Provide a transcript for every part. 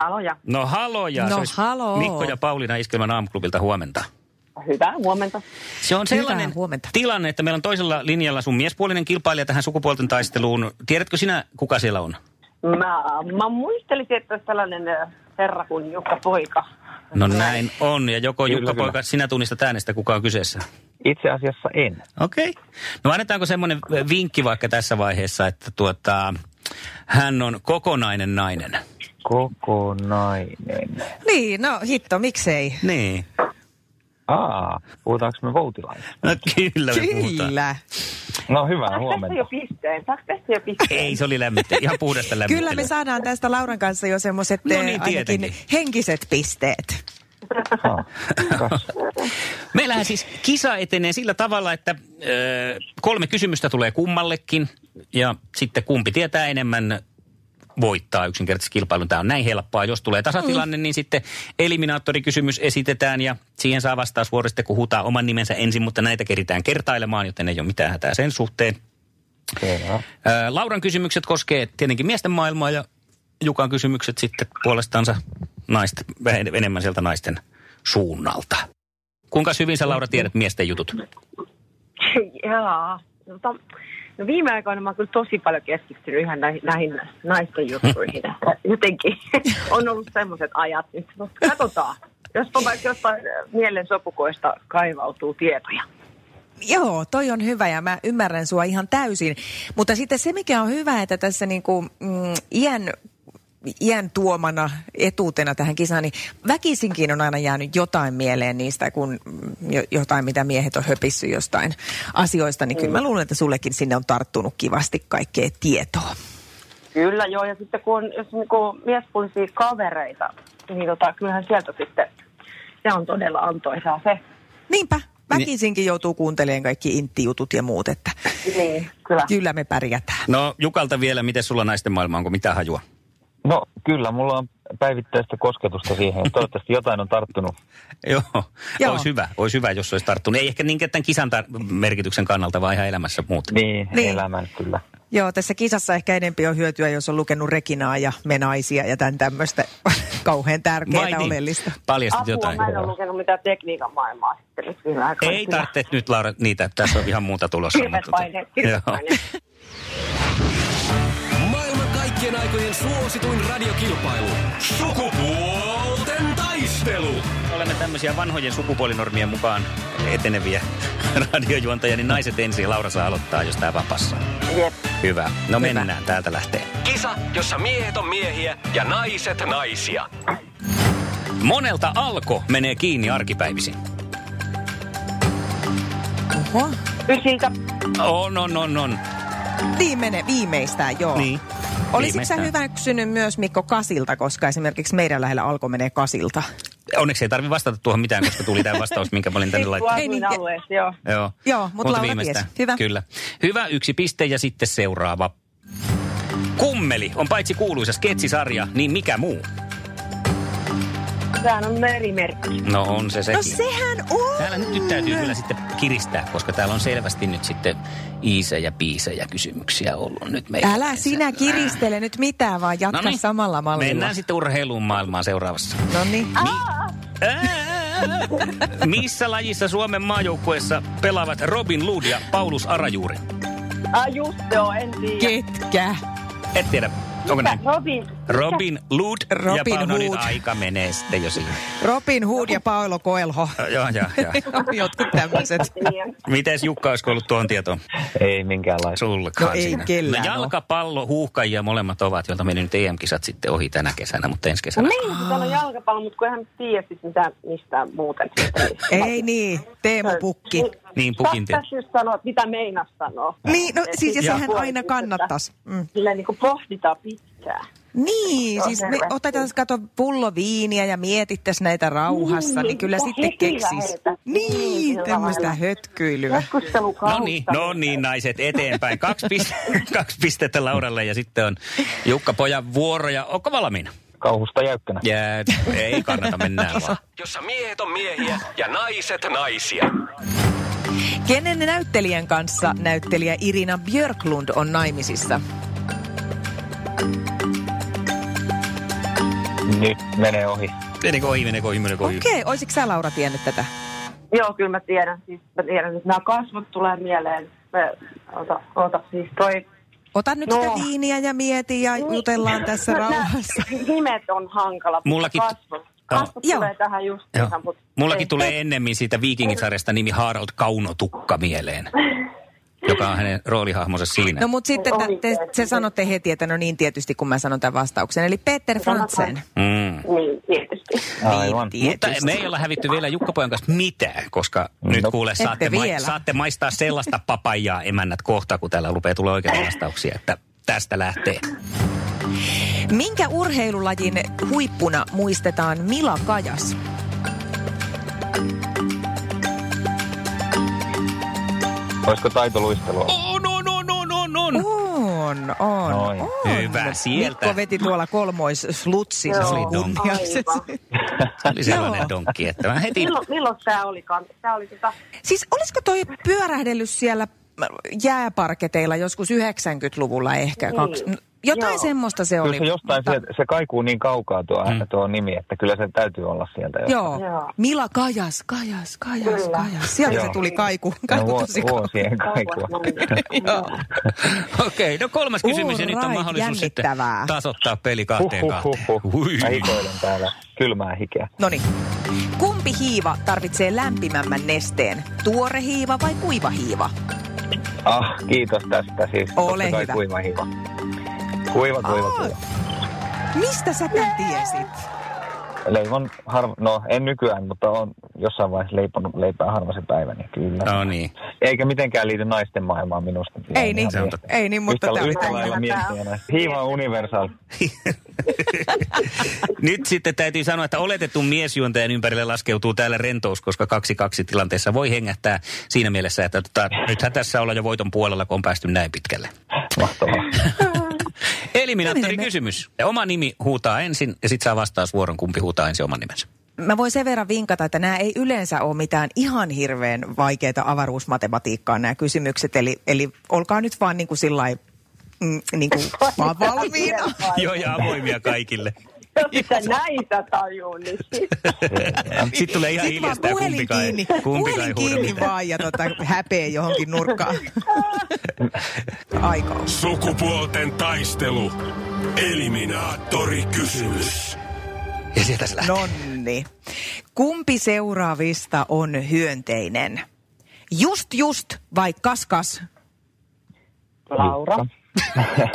Aloja. No haloja. No Se olisi haloo. Mikko ja Pauliina Iskelmän aamuklubilta huomenta. Hyvää huomenta. Se on Hyvää sellainen huomenta. tilanne, että meillä on toisella linjalla sun miespuolinen kilpailija tähän sukupuolten taisteluun. Tiedätkö sinä, kuka siellä on? Mä, mä muistelisin, että olisi tällainen ö, herra kuin Jukka Poika. No näin on, ja joko Kyllä, Jukka kyllä. Poika, sinä tunnistat äänestä, kuka on kyseessä. Itse asiassa en. Okei. Okay. No annetaanko semmoinen vinkki vaikka tässä vaiheessa, että tuota, hän on kokonainen nainen. Kokonainen. Niin, no hitto, miksei? Niin. Aa, puhutaanko me voutilaista? No kyllä me puhutaan. Kyllä. No Saanko hyvää tästä huomenta. jo pisteen? Saanko tästä jo pisteen? Ei, se oli lämmitte. Ihan puhdasta lämmittelyä. Kyllä me saadaan tästä Lauran kanssa jo semmoiset No eh, niin, ainakin tietenkin. henkiset pisteet. Aa, kas. Meillähän siis kisa etenee sillä tavalla, että ö, kolme kysymystä tulee kummallekin ja sitten kumpi tietää enemmän voittaa yksinkertaisesti kilpailun. Tämä on näin helppoa. Jos tulee tasatilanne, niin sitten eliminaattorikysymys esitetään ja siihen saa vastausvuoro sitten, kun huutaa oman nimensä ensin, mutta näitä keritään kertailemaan, joten ei ole mitään hätää sen suhteen. Selvä. Ö, Lauran kysymykset koskee tietenkin miesten maailmaa ja Jukan kysymykset sitten puolestaansa naisten, vähän enemmän sieltä naisten suunnalta. Kuinka hyvin sä Laura tiedät miesten jutut? Jaa. No, to, no viime aikoina mä oon kyllä tosi paljon keskittynyt ihan näihin, näihin naisten juttuihin. Että Jotenkin on ollut semmoiset ajat nyt. No, Katsotaan. Jospa vaikka jostain ö, mielen sopukoista kaivautuu tietoja. Joo, toi on hyvä ja mä ymmärrän sua ihan täysin. Mutta sitten se, mikä on hyvä, että tässä niinku, mm, iän iän tuomana etuutena tähän kisaan, niin väkisinkin on aina jäänyt jotain mieleen niistä, kun mm, jo- jotain, mitä miehet on höpissyt jostain asioista, niin Mm. kyllä mä luulen, että sullekin sinne on tarttunut kivasti kaikkea tietoa. Kyllä joo, ja sitten kun on, jos niinku miespuolisia kavereita, niin tota, kyllähän sieltä sitten, se on todella antoisaa se. Niin. Niinpä, väkisinkin joutuu kuuntelemaan kaikki inttijutut ja muut, että Niin, kyllä. kyllä me pärjätään. No Jukalta vielä, miten sulla naisten maailma, onko mitään hajua? No kyllä, mulla on päivittäistä kosketusta siihen. Toivottavasti jotain on tarttunut. Joo, Joo. olisi hyvä, olisi hyvä, jos olisi tarttunut. Ei ehkä niinkään tämän kisan tar- merkityksen kannalta, vaan ihan elämässä muuten. Niin, Niin. niin. elämän kyllä. Joo, tässä kisassa ehkä enempi on hyötyä, jos on lukenut Rekinaa ja Menaisia ja tämän tämmöistä kauhean tärkeää Vai niin? oleellista. Paljastit Apua, jotain. mä en ole lukenut mitään tekniikan maailmaa sitten nyt viime aikoina. Ei Kyllä. tarvitse nyt Laura niitä, tässä on ihan muuta tulossa. Hirveät mutta tota- paineet, hirveät Joo. paineet. Maailman kaikkien aikojen suosituin radiokilpailu. Sukupuolten taistelu. Olemme tämmöisiä vanhojen sukupuolinormien mukaan eteneviä radiojuontajia, niin naiset ensin. Laura saa aloittaa, jos tämä vaan passaa. Jep. Hyvä. No mennään, täältä lähtee. Kisa, jossa miehet on miehiä ja naiset naisia. Monelta alko menee kiinni arkipäivisin. Oho. Ysiltä. On, on, on, on. Niin menee viimeistään, joo. Niin. Olisitko sä Viimeistään. hyväksynyt myös Mikko Kasilta, koska esimerkiksi meidän lähellä alko menee Kasilta? No Onneksi ei tarvi vastata tuohon mitään, koska tuli tämä vastaus, minkä mä olin tänne Pikku laittanut. Ei niin- asuin alueessa, joo. Joo, Joo, mut Laura tiesi. Hyvä. Kyllä. Hyvä, yksi piste ja sitten seuraava. Kummeli on paitsi kuuluisa sketsisarja, niin mikä muu? Sehän on merimerkki. No on se sekin. No sehän on! Täällä nyt, nyt täytyy kyllä sitten kiristää, koska täällä on selvästi nyt sitten iisejä, piisejä kysymyksiä ollut nyt meillä. Älä sinä kiristele nyt mitään, vaan jatka Noniin. samalla mallilla. Mennään sitten urheilun maailmaan seuraavassa. Noniin. Ää, ää, ää. Missä lajissa Suomen maajoukkueessa pelaavat Robin Luud ja Paulus Arajuuri? Ah, just joo, en tiedä. Ketkä? Et tiedä, onko näin? Robin. Robin Luud ja Robin Paulus. No niin, Hood. aika menee sitten jo siinä. Robin Hood ja Paolo Koelho. Joo, joo, joo. Jotkut tämmöiset. Niin. Mites Jukka, olisiko ollut tuohon tietoon? Ei minkäänlaista. Sulkaan No ei siinä. kellään no, oo. jalkapallo, huuhkajia molemmat ovat, joilta meni nyt EM-kisat sitten ohi tänä kesänä, mutta ensi No kesänä. niin, kun täällä on jalkapallo, mutta kun eihän tiedä sit mitään mistään muuten. Ei niin, Teemu Pukki. Niin, pukin te- Tässä just siis sanoa, että mitä meinas sanoa. Niin, no Et siis ja sit- sehän aina kannattaisi. Mm. Silleen niin kuin niinku pohditaan pitkään. Niin, On siis me tervetty. otetaan kato pullo viiniä ja mietittäis näitä rauhassa, niin, niin kyllä ja sitten heti keksis. lähdetään. Niin, Niin, sillä tämmöistä lailla. hötkyilyä. Keskustelu No niin, no niin naiset, eteenpäin. Kaksi, pist- kaksi pistettä Lauralle ja sitten on Jukka Pojan vuoro ja onko valmiina? Kauhusta jäykkänä. Ja, ei kannata mennä vaan. Jossa miehet on miehiä ja naiset naisia. Kenen näyttelijän kanssa näyttelijä Irina Björklund on naimisissa? Nyt menee ohi. Menekö ohi, menekö ohi, menekö ohi. Okei, okay, olisitko sä Laura tiennyt tätä? Joo, kyllä mä tiedän. Siis mä tiedän, että nämä kasvot tulee mieleen. Mä, ota, ota, siis toi... Ota nyt No. sitä viiniä ja mieti ja jutellaan tässä No, nää rauhassa. Nimet on hankala, mutta Mullakin- kasvot, kasvot Joo. tulee tähän just Joo. ihan, mutta... Mullakin ei. tulee ennemmin siitä Viikingit-sarjasta nimi Harald Kaunotukka mieleen, joka on hänen roolihahmonsa siinä. No mutta sitten tä, te, se sanotte heti, että no niin tietysti, kun mä sanon tämän vastauksen. Eli Peter Frantzen. Mm. Niin, tietysti. Aivan. Niin, Mutta me ei olla hävitty vielä Jukka Pojan kanssa mitään, koska no, nyt No. kuule, Ette saatte, mai- vielä. saatte maistaa sellaista papajaa emännät kohta, kun täällä rupeaa tulee oikeita vastauksia, että tästä lähtee. Minkä urheilulajin huippuna muistetaan Mila Kajas? Olisiko taitoluistelua? Oh, no, no, no, no, no. On, on, Noin. on. Hyvä, sieltä. Mikko veti tuolla kolmois slutsin Joo, kunniaksesi. aivan. Se oli sellainen Joo. donkki, että mä heti... Milloin, milloin tämä olikaan? Tämä oli tota... Siis olisiko toi pyörähdellyt siellä jääparketeilla joskus 90-luvulla ehkä? Niin. Kaksi, jotain Joo. semmoista se oli. Kyllä se jostain, Mutta- se, se kaikuu niin kaukaa tuo, Mm. mm. tuo nimi, että kyllä se täytyy olla sieltä. jo. Joo. Joo. Mila Kajas, Kajas, Kajas, Kyllä. Kajas. Sieltä se Joo. tuli kaiku. No, kaiku vuo, tosi kauan. vuosien kaikua. Joo. Okei, no kolmas kysymys ja nyt on Alright, mahdollisuus sitten jännittävää. tasoittaa peli kahteen kahteen. Hui. Mä hikoilen täällä kylmää hikeä. Noniin. Kumpi hiiva tarvitsee lämpimämmän nesteen? Tuore hiiva vai kuiva hiiva? Ah, kiitos tästä siis. Ole Totta kai hyvä. Kuiva hiva. Kuiva, kuiva, kuiva. Mistä säkään tiesit? Leivon harva, no en nykyään, mutta on jossain vaiheessa leiponut leipää harva se päivä, niin kyllä. No niin. Eikä mitenkään liity naisten maailmaan minusta. Kyllä Ei on niin, ihan miesten. ei niin, mutta yhtä, tää oli yhtä tällainen. lailla miesten ja naisten. Hiiva on universaal. Nyt sitten täytyy sanoa, että oletetun miesjuontajan ympärille laskeutuu täällä rentous, koska 2-2 tilanteessa voi hengähtää siinä mielessä, että tota, nythän tässä ollaan jo voiton puolella, kun on päästy näin pitkälle. Mahtavaa. Eliminaattori Menemme. kysymys. Ja oma nimi huutaa ensin ja sitten saa vastausvuoron, kumpi huutaa ensin oman nimensä. Mä voin sen verran vinkata, että nämä ei yleensä ole mitään ihan hirveän vaikeita avaruusmatematiikkaa nämä kysymykset. Eli, eli olkaa nyt vaan niin kuin sillä lailla, mm, niin kuin vaan valmiina. Joo, ja avoimia kaikille. Jos sä näitä tajuu, niin sit- Sitten tulee ihan Sitten vaan hiljasta ja puhelin kumpikaan kiinni, ei, kumpikaan ei puhelin huuda kiinni mitään. vaan ja tota, häpeä johonkin nurkkaan. Aika on. Sukupuolten taistelu. Eliminaattori kysymys. Ja sieltä se lähtee. Nonni. Kumpi seuraavista on hyönteinen? Just just vai kaskas? Laura.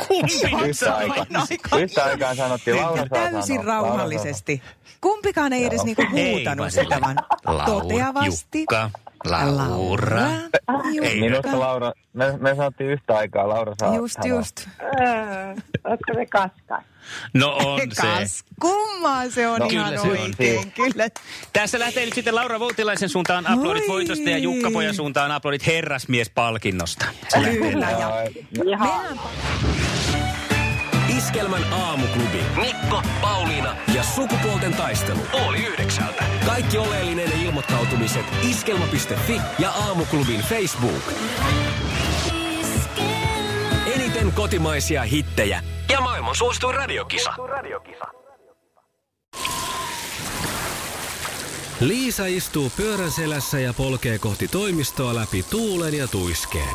Kumpi nyt Yhtä saa? aikaa. aikaa. Yhtä aikaa sanottiin Laura saa Täysin sanoa. rauhallisesti. Kumpikaan ei edes niinku No, huutanut Ei, sitä, vaan Laura, toteavasti. Jukka, Laura. Ei. Minusta Laura, me, me sanottiin yhtä aikaa, Laura saa Just sanoa. just. Öö, Oletko se kaskas? No on se. Kas, kummaa se on No, ihan kyllä se on. oikein. Kyllä. Tässä lähtee nyt sitten Laura Voutilaisen suuntaan aplodit Moi. voitosta ja Jukka Pojan suuntaan aplodit herrasmiespalkinnosta. Se lähtee. Kyllä. Ja Ai, Ihan. Iskelmän aamuklubi. Mikko, Pauliina ja sukupuolten taistelu. Oli yhdeksältä. Kaikki oleellinen ilmoittautumiset iskelma.fi ja aamuklubin Facebook. Eniten kotimaisia hittejä ja maailman suosituin radiokisa. Liisa istuu pyörän selässä ja polkee kohti toimistoa läpi tuulen ja tuiskeen.